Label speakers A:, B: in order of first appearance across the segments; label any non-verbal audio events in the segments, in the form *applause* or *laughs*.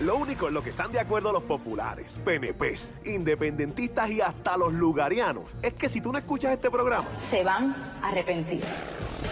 A: Lo único en lo que están de acuerdo los populares, PNPs, independentistas y hasta los lugarianos es que si tú no escuchas este programa,
B: se van a arrepentir.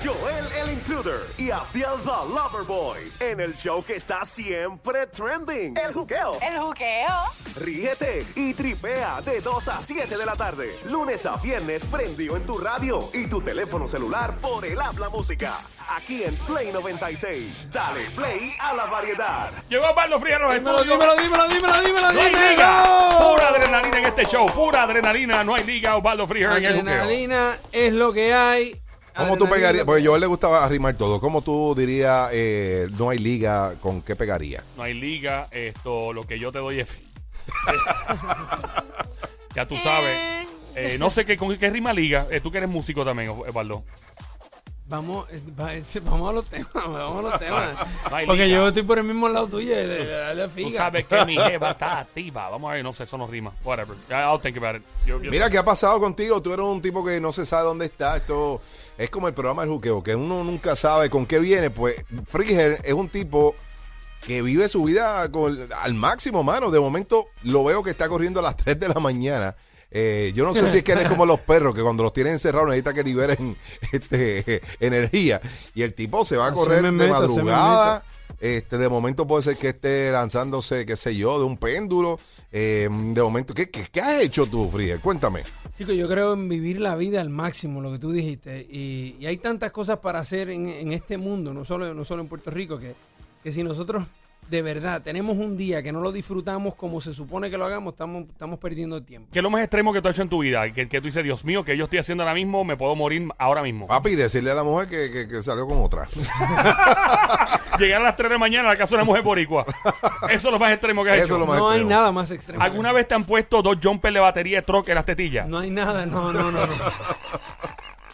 A: Joel el Intruder y Abdiel the Loverboy en el show que está siempre trending, El Juqueo.
C: El juqueo.
A: Ríete y tripea de 2 a 7 de la tarde, lunes a viernes prendido en tu radio y tu teléfono celular por el habla música. Aquí en Play 96, dale play a la variedad.
D: Llegó Pablo Frías a los
E: Dímelo,
D: estudios.
E: dímelo, dímelo, dímelo, dímelo,
D: No hay
E: dímelo.
D: liga. Pura adrenalina en este show. Pura adrenalina. No hay liga. Osvaldo Frias en el juqueo.
E: Adrenalina es lo que hay.
F: ¿Cómo tú
E: Adrenalina
F: pegarías?
E: es lo que-
F: Porque yo le gustaba arrimar todo. ¿Cómo tú dirías eh, no hay liga con qué pegaría?
D: No hay liga. Esto, lo que yo te doy es.
E: *laughs*
D: ya tú sabes. Eh, no sé qué, con qué rima liga. Eh, tú que eres músico también, Osvaldo.
E: Vamos, eh, va- eh, vamos a los temas, *laughs* vamos a los temas.
D: *laughs* No hay
E: Porque
D: liga.
E: yo estoy por el mismo lado tuyo. eh, de- de- dale
D: Tú
E: figa.
D: sabes que mi jeva está activa. Vamos a ver, no sé, eso no rima. Whatever. I'll think about it. Yo- yo-
F: Mira, ¿qué ha pasado contigo? Tú eres un tipo que no se sabe dónde está. Esto es como el programa del juqueo, que uno nunca sabe con qué viene. Pues Friger es un tipo que vive su vida con- al máximo, mano. De momento lo veo que está corriendo a las 3 de la mañana. Eh, yo no sé si es que eres como los perros, que cuando los tienen encerrados necesita que liberen *laughs* este, energía. Y el tipo se va a
E: Así
F: correr
E: me meto, así
F: de
E: me
F: madrugada.
E: meto.
F: Este, de momento puede ser que esté lanzándose, qué sé yo, de un péndulo. Eh, de momento, ¿qué, qué, qué has hecho tú, Friel? Cuéntame.
E: Chico, yo creo en vivir la vida al máximo, lo que tú dijiste. Y, y hay tantas cosas para hacer en, en este mundo, no solo, no solo en Puerto Rico, que, que si nosotros de verdad tenemos un día que no lo disfrutamos como se supone que lo hagamos, estamos, estamos perdiendo tiempo.
D: ¿Qué es lo más extremo que tú has hecho en tu vida? Que, que tú dices, Dios mío, que yo estoy haciendo ahora mismo, me puedo morir ahora mismo.
F: Papi, decirle a la mujer que, que- que salió con otra. *laughs*
D: Llegar a las 3 de la mañana a la casa de una mujer boricua. Eso es lo más extremo que has
F: Eso
D: hecho.
F: es lo más
E: No hay
F: extremo.
E: nada más extremo.
D: ¿Alguna vez te han puesto dos jumpers de batería de troque en las tetillas?
E: No hay nada, no, no, no. no.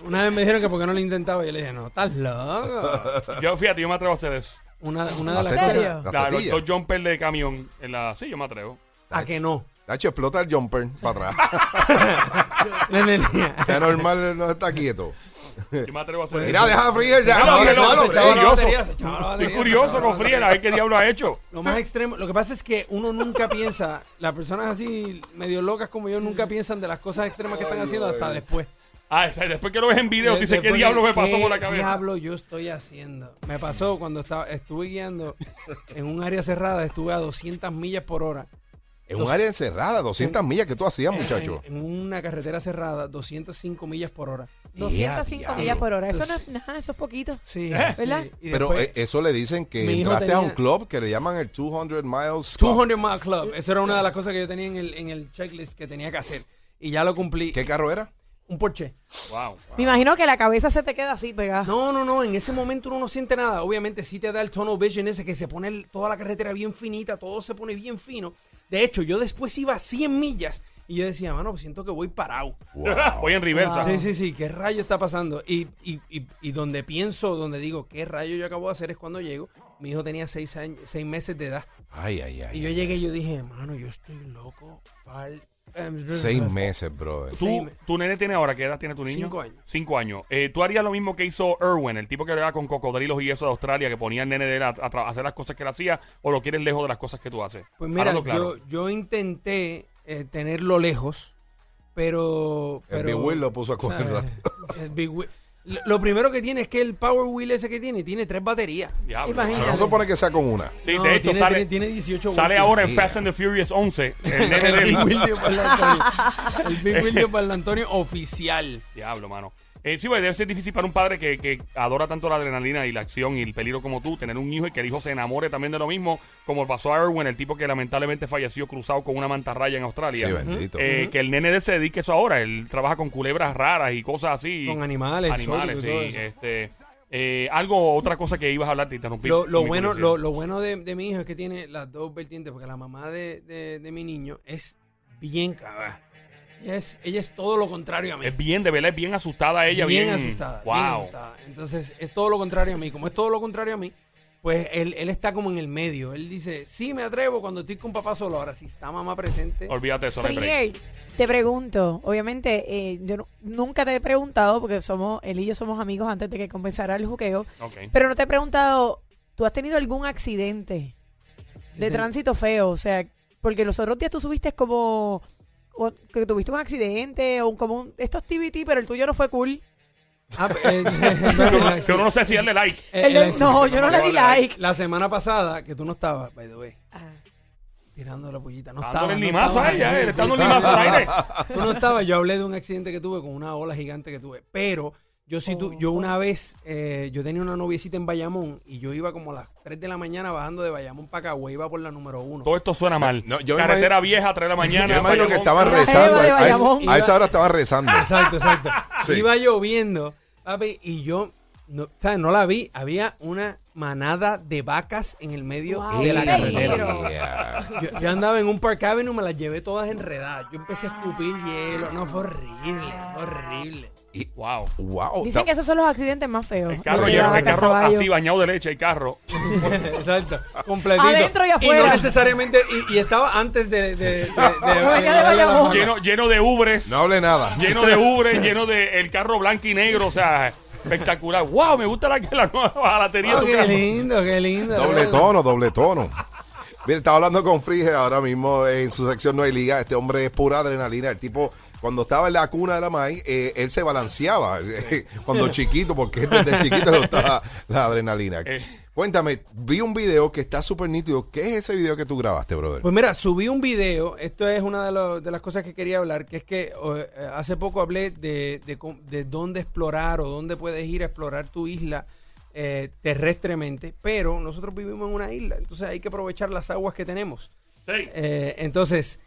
E: Una vez me dijeron que porque no lo intentaba, yo le dije, no, estás loco.
D: Yo, fíjate, yo me atrevo a hacer eso.
E: Una, una de las
F: Hacer-
E: cosas
F: Las
D: Claro,
F: tetillas.
D: dos jumpers de camión. En la... Sí, yo me atrevo.
E: a que no.
F: Tacho, explota el jumper para atrás.
E: Le tenía.
F: Ya normal no está quieto.
D: Yo me atrevo a hacer
F: Mira, deja a Friel ya.
D: Mira,
F: Dale,
D: que lo-
F: dale,
D: se echaba
F: hombre.
D: la
F: Ey,
D: batería, se eso. Estoy curioso con Friel a ver qué diablo ha hecho.
E: Lo más extremo, lo que pasa es que uno nunca piensa, las personas así medio locas como yo nunca piensan de las cosas extremas que están haciendo hasta después.
D: Ah, o sea, después que lo ves en video, tú dices, ¿qué
E: Después,
D: diablo me pasó
E: ¿qué
D: por la cabeza?
E: diablo yo estoy haciendo? Me pasó cuando estaba, estuve guiando en un área cerrada, estuve a 200 millas por hora.
F: En un área encerrada, 200 millas que tú hacías, muchacho.
E: En, en una carretera cerrada, 205 millas por hora.
C: 205 millas por hora. Eso no es
E: Entonces-
C: nada, eso es poquito.
E: Sí,
C: ¿Verdad?
E: sí. Y
F: Pero
E: después,
F: eh, eso le dicen que
E: mi hijo
F: entraste a un
E: tenía-
F: club que le llaman el 200 Miles Club.
E: 200 Mile Club.
C: Eh,
E: Esa era una de las cosas que yo tenía en el, en el checklist que tenía que hacer. Y ya lo cumplí.
F: ¿Qué carro era?
E: Un Porsche.
D: Wow.
C: Me imagino que la cabeza se te queda así pegada.
E: No, no, no. En ese momento uno no siente nada. Obviamente sí te da el tono vision ese que se pone el- toda la carretera bien finita, todo se pone bien fino. De hecho, yo después iba a 100 millas y yo decía, mano, siento que voy parado.
D: Voy en reversa.
E: Sí, sí, sí, ¿qué rayo está pasando? Y, y- y- y donde pienso, donde digo, ¿qué rayo yo acabo de hacer? Es cuando llego. Mi hijo tenía seis, años, seis meses de edad.
F: Ay, ay, ay.
E: Y yo llegué y yo dije, mano, yo estoy loco. pal- em,
F: Seis meses, brother.
E: Sí,
D: ¿Tú,
E: me-
D: tu nene tiene ahora, ¿qué edad tiene tu niño?
E: Cinco años.
D: Cinco años. Eh, ¿Tú harías lo mismo que hizo Irwin, el tipo que era con cocodrilos y eso de Australia, que ponía al nene de él a, a tra- a hacer las cosas que él hacía, o lo quieres lejos de las cosas que tú haces?
E: Pues mira,
D: Hablando claro.
E: yo, yo intenté eh, tenerlo lejos, pero...
F: El
E: pero
F: Big Will lo puso a correr.
E: ¿sabes? El Big Wheel- Lo lo primero que tiene es que el Power Wheel ese que tiene, tiene tres
F: *laughs*
E: baterías.
D: Diablo,
C: Imagínate.
F: No
D: mano.
F: se supone que sea con una.
D: Sí,
E: No,
D: de hecho,
E: tiene,
D: sale,
E: tiene- tiene 18
D: sale
E: voltios.
D: ahora en Fast and the Furious 11. El nene
E: El *laughs*
D: del
E: Big Wheel de Pablo Antonio. El Big Wheel de Pablo Antonio oficial.
D: Diablo, mano. Eh, sí, güey, debe ser difícil para un padre que, que adora tanto la adrenalina y la acción y el peligro como tú, tener un hijo y que el hijo se enamore también de lo mismo, como pasó a Erwin, el tipo que lamentablemente falleció cruzado con una mantarraya en Australia.
F: Sí, bendito.
D: Eh, Que el nene de él se dedique a eso ahora. Él trabaja con culebras raras y cosas así.
E: Con animales,
D: Animales,
E: exóticos y todo
D: sí.
E: eso.
D: Este, eh, algo, otra cosa que ibas a hablar, te interrumpí.
E: Lo, lo
D: Mi
E: bueno,
D: curiosidad.
E: lo, lo bueno de, de mi hijo es que tiene las dos vertientes, porque la mamá de, de- de mi niño es bien cagada. Ella es, ella es todo lo contrario a mí.
D: Es bien, de verdad, es bien asustada ella. Bien,
E: bien, asustada.
D: Wow.
E: bien asustada. Entonces, es todo lo contrario a mí. Como es todo lo contrario a mí, pues él, él está como en el medio. Él dice, sí, me atrevo cuando estoy con papá solo. Ahora, si está mamá presente,
D: Olvídate de eso, no hay break.
C: Frier, te pregunto, obviamente, eh, yo no- nunca te he preguntado, porque somos, él y yo somos amigos antes de que comenzara el juqueo,
D: Ok.
C: pero no te he preguntado, ¿tú has tenido algún accidente? de tránsito feo, o sea, porque los otros días tú subiste como o que tuviste un accidente o un, como un, esto es TBT, pero el tuyo no fue cool.
E: Ah,
D: *laughs*
E: eh, *laughs* no,
D: Yo,
E: el
D: no- yo no sé si darle like.
E: Eh,
C: El
E: el
C: de- no, yo no le di like.
E: La semana pasada, que tú no estabas, by the way, tirando la pollita. No
D: Dándole
E: estaba.
D: el
E: no
D: limazo
E: estaba.
D: a ella, eh, le está dando un limazo al
F: *laughs*
D: aire.
E: *laughs* Tú no estabas, yo hablé de un accidente que tuve con una ola gigante que tuve. Pero yo sí tu- yo una vez, eh, yo tenía una noviecita en Bayamón y yo iba como a las 3 de la mañana bajando de Bayamón para Cagüey, iba por la número 1.
D: Todo esto suena mal.
F: No, yo me
D: Carretera vieja, 3 de la mañana.
F: *laughs* Yo imagino que
D: Bayamón.
F: estaban
C: Una
F: rezando.
C: jeva de
F: A, a
C: Bayamón.
F: esa, a esa hora estaban rezando.
D: *laughs*
E: Exacto, exacto.
F: Sí.
E: Iba lloviendo, papi, y yo, no, ¿sabes? No la vi. Había una manada de vacas en el medio
C: Wow.
E: de la
C: Ey,
E: carretera.
F: Yeah.
E: Yo, yo andaba en un Park Avenue, me las llevé todas enredadas. Yo empecé a escupir hielo. No, fue horrible, fue horrible.
D: Wow.
F: Wow.
C: Dicen que esos son los accidentes más feos.
D: El carro,
E: Sí,
D: lleno,
E: vaca,
D: el carro
C: caballo.
D: así bañado de leche, el carro.
E: *laughs* Exacto, completito.
C: Adentro y afuera.
E: no necesariamente, y, y estaba antes de... de,
C: *laughs*
E: de, de-
C: Venga de
E: de-
C: Bayamón.
D: Lleno, lleno de ubres.
F: No hable nada. Este
D: Lleno de ubres, lleno de el carro blanco y negro. O sea, espectacular. Wow, me gusta la, la nueva batería
E: Oh,
D: de tu
E: qué
D: carro.
E: lindo, qué lindo.
F: *laughs* Doble tono, doble tono. Mira, estaba hablando con Frige ahora mismo eh, en su sección No hay Liga. Este hombre es pura adrenalina. El tipo, cuando estaba en la cuna de la maíz, eh, él se balanceaba eh, *laughs* cuando chiquito, porque desde chiquito le gustaba la adrenalina.
D: Eh.
F: Cuéntame, vi un video que está súper nítido. ¿Qué es ese video que tú grabaste, brother?
E: Pues mira, subí un video, esto es una de, lo- de las cosas que quería hablar, que es que eh, hace poco hablé de, de cómo- de dónde explorar o dónde puedes ir a explorar tu isla eh, terrestremente, pero nosotros vivimos en una isla, entonces hay que aprovechar las aguas que tenemos.
D: Sí.
E: Eh, entonces,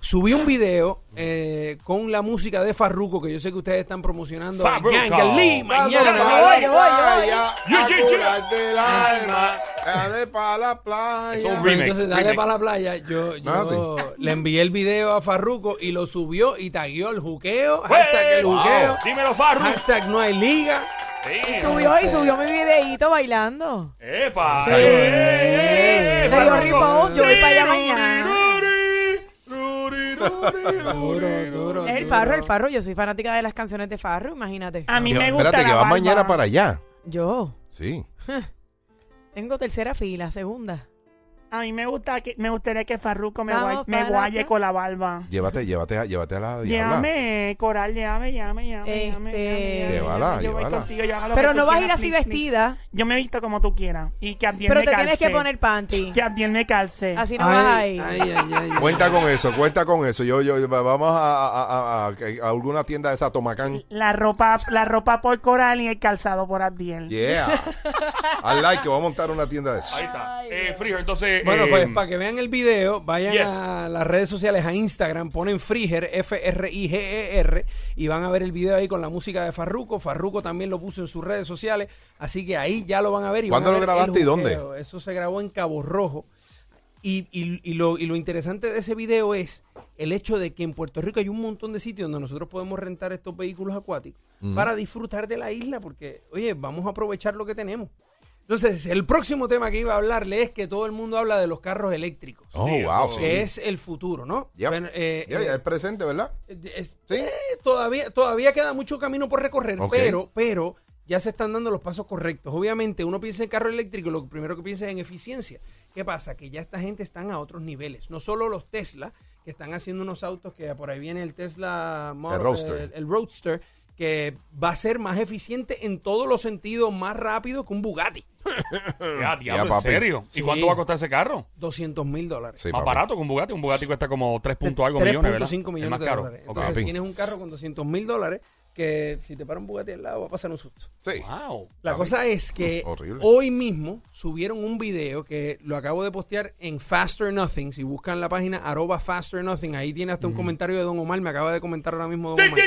E: subí un video eh, con la música de Farruko, que yo sé que ustedes están promocionando.
D: Farruko.
E: Ganga Lee, mañana.
F: Cuando
E: me voy.
F: vaya, vaya
D: Yeah,
F: a
D: yeah, yeah.
F: curarte el alma, dale pa' la playa.
D: Es un
E: Pero
D: remake,
E: Entonces, dale
D: remake.
E: para la playa. Yo, yo
F: Ah,
E: le envié el video a Farruko y lo subió y tagueó el juqueo. Hashtag el
D: Pues, Wow.
E: juqueo.
D: Dímelo, Farru.
E: Hashtag no hay liga.
C: Y
D: Sí.
C: subió y subió mi videíto bailando.
D: ¡Epa!
E: Sí.
D: ¡Eh, eh, eh!
C: Me dio
D: Farruko.
C: rebound, yo voy para allá mañana.
D: Ruri, ruri, ruri, ruri, ruri.
E: duro.
C: Es el Farro, el Farro. Yo soy fanática de las canciones de Farro, imagínate.
G: A mí
F: Yo-
G: me gusta
F: Espérate, que
G: la
F: va
G: barba.
F: mañana para allá.
C: Yo
F: Sí.
C: tengo tercera fila, segunda.
G: A mí me gusta que me gustaría que Farruko me,
C: Vamos
G: guay- me
C: para
G: guaye
C: acá.
G: con la barba.
F: Llévate, llévate, a- llévate a la diabla.
G: Llame, Coral, llame, llame, llame, llame,
C: Este-
G: llame, llame,
F: Llévala,
G: llame, yo voy
F: llévala.
G: contigo, yo hago lo
C: Pero
G: que
C: no
G: tú
C: vas a ir
G: quieras,
C: así
G: please, please.
C: vestida.
G: Yo me he visto como tú quieras. Y que Abdiel
C: Pero
G: me
C: te tienes que
G: calce.
C: poner panty.
G: Que Abdiel me calce.
C: Así no vas a
E: Ay,
C: ir.
E: ay, ay, ay.
F: Cuenta con eso, cuenta con eso. Yo, yo, vamos a, a- a- a- a alguna tienda de esa Tomacán.
G: La ropa, la ropa por Coral y el calzado por Abdiel.
F: Yeah. Al like, que voy a montar una tienda de eso.
D: Ahí está.
E: *laughs*
D: Eh, Frijo, entonces.
E: Bueno,
D: eh,
E: pues para que vean el video, vayan
D: Yes.
E: a las redes sociales, a Instagram, ponen Friger, F-R-I-G-E-R, E y van a ver el video ahí con la música de Farruko. Farruko también lo puso en sus redes sociales, así que ahí ya lo van a ver. y van
F: ¿Cuándo
E: a
F: lo
E: ver el
F: grabaste y
E: juqueo.
F: dónde?
E: Eso se grabó en Cabo Rojo. Y, y- y lo, y lo interesante de ese video es el hecho de que en Puerto Rico hay un montón de sitios donde nosotros podemos rentar estos vehículos acuáticos para disfrutar de la isla, porque, oye, vamos a aprovechar lo que tenemos. Entonces, el próximo tema que iba a hablarle es que todo el mundo habla de los carros eléctricos,
F: Oh,
D: Sí,
F: wow,
D: eso-
F: sí.
E: que es el futuro, ¿no?
F: Yep.
E: Bueno, eh,
F: Yeah,
E: eh,
F: yeah, es presente, ¿verdad?
E: es-
F: Sí.
E: eh, todavía, todavía queda mucho camino por recorrer,
F: Ok.
E: pero, pero ya se están dando los pasos correctos. Obviamente, uno piensa en carro eléctrico, lo primero que piensa es en eficiencia. ¿Qué pasa? Que ya esta gente están a otros niveles. No solo los Tesla, que están haciendo unos autos que por ahí viene el Tesla Model-
F: El Roadster.
E: el- el Roadster, que va a ser más eficiente en todos los sentidos, más rápido que un Bugatti.
D: Ya, diablo, ¿en
F: papi.
D: serio? ¿Y
E: Sí.
D: cuánto va a costar ese carro?
E: 200 mil dólares.
F: Sí,
D: más
F: papá.
D: barato que un Bugatti. Un Bugatti cuesta como 3 punto algo millones, ¿verdad?
E: 3.5
D: Es
E: millones
D: más
E: de
D: caro.
E: dólares.
D: Ok.
E: Entonces
F: Papi.
E: tienes un carro con 200 mil dólares que si te para un Bugatti al lado va a pasar un susto.
F: Sí.
D: Wow.
E: La cosa es que
F: Horrible.
E: hoy mismo subieron un video que lo acabo de postear en Faster Nothing. Si buscan la página arroba Faster Nothing, ahí tiene hasta un
F: Mm.
E: comentario de Don Omar. Me acaba de comentar ahora mismo Don Omar.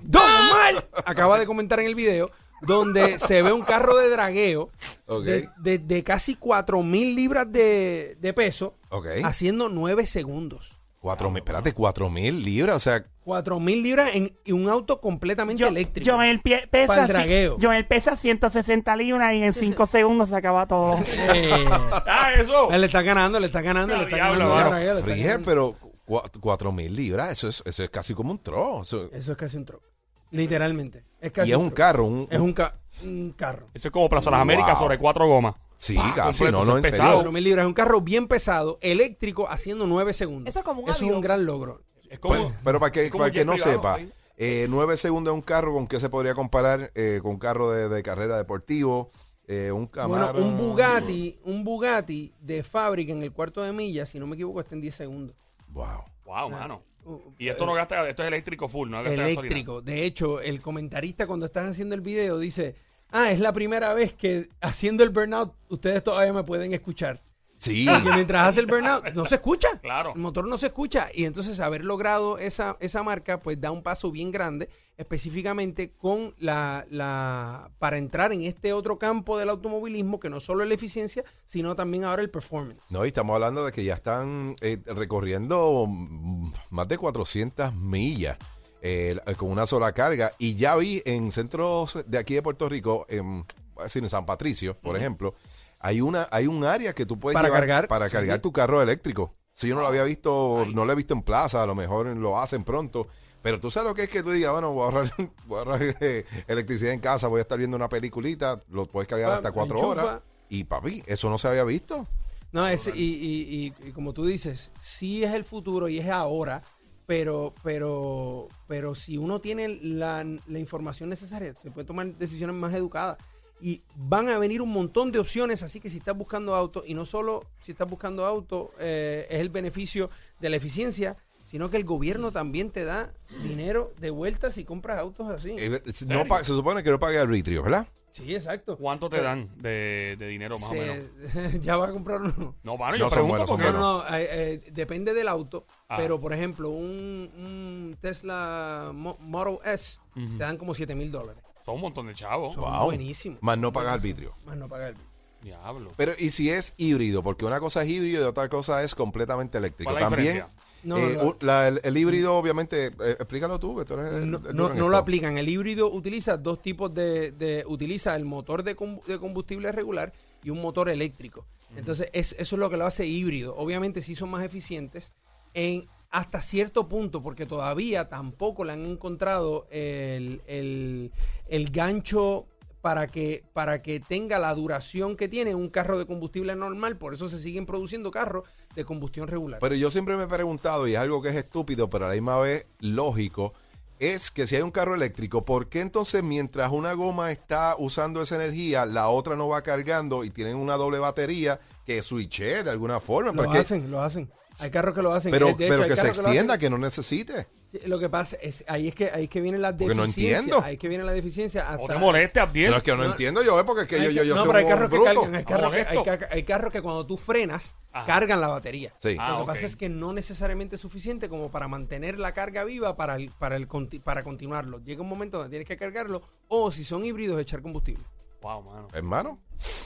E: Don Omar acaba de comentar en el video donde se ve un carro de dragueo
F: Ok.
E: de, de- de casi 4 mil libras de, de peso
F: Ok.
E: haciendo 9 segundos.
F: Cuatro mil, espérate, cuatro mil libras. O sea,
E: 4 mil libras en en un auto completamente
G: Yo,
E: eléctrico.
G: Joel pie-
E: Pa'l
G: pesa,
E: dragueo.
G: Joel pesa 160 libras y
C: *laughs*
G: en 5 segundos se acaba todo.
E: Eh,
D: Ah, eso.
E: le está ganando, le está ganando, le está
D: Diablo,
E: ganando. el
D: mano.
E: dragueo, le está
F: Friger,
E: ganando.
F: pero cua- cuatro mil libras, eso es, eso es casi como un tro. eso-
E: Eso es casi un truck. Literalmente. Es casi
F: y es un
E: truck.
F: carro, un,
E: Es un, ca- un carro.
D: Eso es como Plaza de las Américas
F: Wow.
D: sobre cuatro gomas.
F: Sí,
D: Pa,
F: casi,
D: completo,
F: no,
D: pues, eso es
F: no, en
C: Oh.
D: pesado.
F: serio.
E: 4.000 libras. Es un carro bien pesado, eléctrico, haciendo 9 segundos.
C: Eso es como un
E: es
C: avión.
E: un gran logro.
D: Es como-
F: Pero, Pues, pero para que,
D: es como
F: para que
D: jet
F: no
D: privado,
F: sepa,
D: ahí.
F: eh, 9 segundos de un carro, ¿con qué se podría comparar? Eh, con un carro de, de carrera deportivo, eh, un Camaro.
E: Bueno, un Bugatti, un Bugatti de fábrica en el cuarto de milla, si no me equivoco, está en 10 segundos.
F: Wow.
D: Wow, mano.
E: Uh,
D: Y esto no gasta, esto es eléctrico full, no gasta gasolina.
E: eléctrico. De hecho, el comentarista cuando están haciendo el video dice, ah, es la primera vez que haciendo el burnout ustedes todavía me pueden escuchar.
D: *laughs*
F: Sí.
E: Porque mientras hace el burnout no se escucha.
D: Claro.
E: El motor no se escucha. Y entonces haber logrado esa, esa marca pues da un paso bien grande específicamente con la, la para entrar en este otro campo del automovilismo que no solo es la eficiencia sino también ahora el performance.
F: No, y estamos hablando de que ya están eh, recorriendo mm, más de 400 millas eh, la- con una sola carga. Y ya vi en centros de aquí de Puerto Rico, en, voy a decir, en San Patricio, por ejemplo, hay una hay un área que tú puedes
E: Para
F: llevar
E: cargar,
F: para
E: sí.
F: cargar tu carro eléctrico. Si yo no lo había visto, no lo he visto en plaza, a lo mejor lo hacen pronto. Pero tú sabes lo que es que tú digas, bueno, voy a ahorrar, *laughs* voy a ahorrar, eh, electricidad en casa, voy a estar viendo una peliculita, lo puedes cargar
E: Pam,
F: hasta cuatro
E: enchufa.
F: horas. Y papi, eso no se había visto.
E: No, es, y, y- y- y como tú dices, sí es el futuro y es ahora, pero, pero, pero si uno tiene la, la información necesaria, se puede tomar decisiones más educadas. Y van a venir un montón de opciones, así que si estás buscando auto, y no solo si estás buscando auto, eh, es el beneficio de la eficiencia, sino que el gobierno también te da dinero de vuelta si compras autos así.
F: Eh, es- no pa- se supone que no pague arbitrio, ¿verdad?
E: Sí, exacto.
D: ¿Cuánto te dan de, de dinero más o menos?
E: Se- *laughs* ya va a comprar uno.
D: No, mano,
F: No,
D: yo
F: son
D: pregunto
F: buenos, son
D: porque
E: No,
F: Bueno. buenos.
E: no, eh, eh, depende del auto,
D: Ah.
E: pero por ejemplo, un, un Tesla Mo- Model S te dan como 7 mil dólares.
D: son un montón de chavos.
E: Son
F: Wow.
E: buenísimos.
F: Más no pagas
E: Buenísimos.
F: arbitrio.
E: Más no pagar arbitrio.
D: Diablo.
F: Pero, ¿y si es híbrido? Porque una cosa es híbrido y otra cosa es completamente eléctrico.
D: ¿Cuál es la
F: También,
D: diferencia?
E: No,
F: eh,
E: no.
F: u- la- el, el híbrido, obviamente, eh, explícalo tú, que tú eres el-
E: No,
F: el
E: no-
F: duro en
E: no lo
F: esto.
E: aplican. El híbrido utiliza dos tipos de, de- utiliza el motor de, com- de combustible regular y un motor eléctrico. Entonces, es- eso es lo que lo hace híbrido. Obviamente sí son más eficientes en hasta cierto punto, porque todavía tampoco le han encontrado el, el- el gancho para que, para que tenga la duración que tiene un carro de combustible normal. Por eso se siguen produciendo carros de combustión regular.
F: Pero yo siempre me he preguntado, y es algo que es estúpido, pero a la misma vez lógico, es que si hay un carro eléctrico, ¿por qué entonces mientras una goma está usando esa energía, la otra no va cargando y tienen una doble batería que switche de alguna forma?
E: lo
F: Porque-
E: hacen, lo hacen. Hay carros que lo hacen.
F: pues Pero,
E: De hecho,
F: pero
E: hay
F: que se
E: carros lo hacen.
F: extienda, que no necesite.
E: Sí, Lo que pasa es ahí es que ahí es que viene la
F: Porque no
E: deficiencia.
F: entiendo.
E: Ahí es que viene la deficiencia. Hasta,
D: O te moleste, Abdiel.
F: Pero es que no,
E: No.
F: entiendo yo, ¿eh? porque es que
E: Hay
F: yo,
E: que-
F: yo, yo
E: no,
F: soy
E: pero hay
F: un
E: carros que
F: bruto.
E: cargan, hay carros que, hay,
D: Molesto.
E: ca- hay carros que cuando tú frenas
D: Ajá.
E: cargan la batería.
F: Sí.
D: Ah,
E: Lo que
D: ok.
E: pasa es que no necesariamente es suficiente como para mantener la carga viva para el, para el conti- para continuarlo. Llega un momento donde tienes que cargarlo o si son híbridos echar combustible.
D: Wow, mano.
F: Hermano,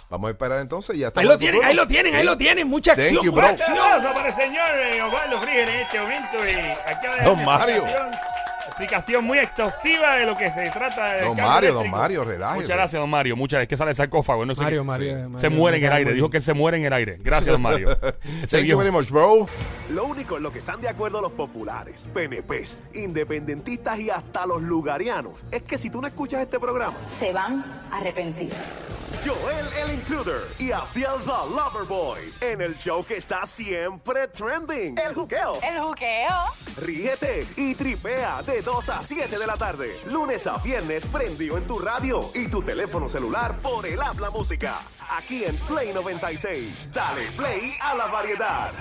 F: vamos a esperar entonces. y
E: Ahí
F: Ya estamos
E: lo
F: en tu
E: tienen,
F: turno.
E: ahí lo tienen, ahí
F: Sí.
E: lo tienen, mucha
F: Thank
E: acción,
F: you,
E: mucha
F: bro.
E: acción.
D: Aplauso para el señor eh, Osvaldo Friger en este momento. eh, acaba de dar
F: Don
D: una
F: Mario.
D: explicación- Explicación muy exhaustiva de lo que se trata. del
F: Don
D: cambio
F: Mario, don
D: eléctrico.
F: Mario, relájese.
D: Muchas gracias, don Mario. Muchas gracias. que sale el sarcófago. No sé
E: Mario,
D: qué-
E: Mario,
D: se-
E: Mario,
D: se muere en el
E: Mario.
D: aire. Dijo que él se muere en el aire. Gracias, don
F: *laughs*
D: Mario. Ese
F: Thank you
D: viejo-
F: very much, bro.
A: Lo único en lo que están de acuerdo los populares, PNPs, independentistas y hasta los lugarianos es que si tú no escuchas este programa,
B: Se van arrepentidos.
A: Joel el Intruder y Abdiel the Loverboy en el show que está siempre trending, el juqueo.
H: El juqueo.
A: Ríete y tripea de 2 a 7 de la tarde, lunes a viernes prendido en tu radio y tu teléfono celular por el habla música. Aquí en Play 96, dale play a la variedad.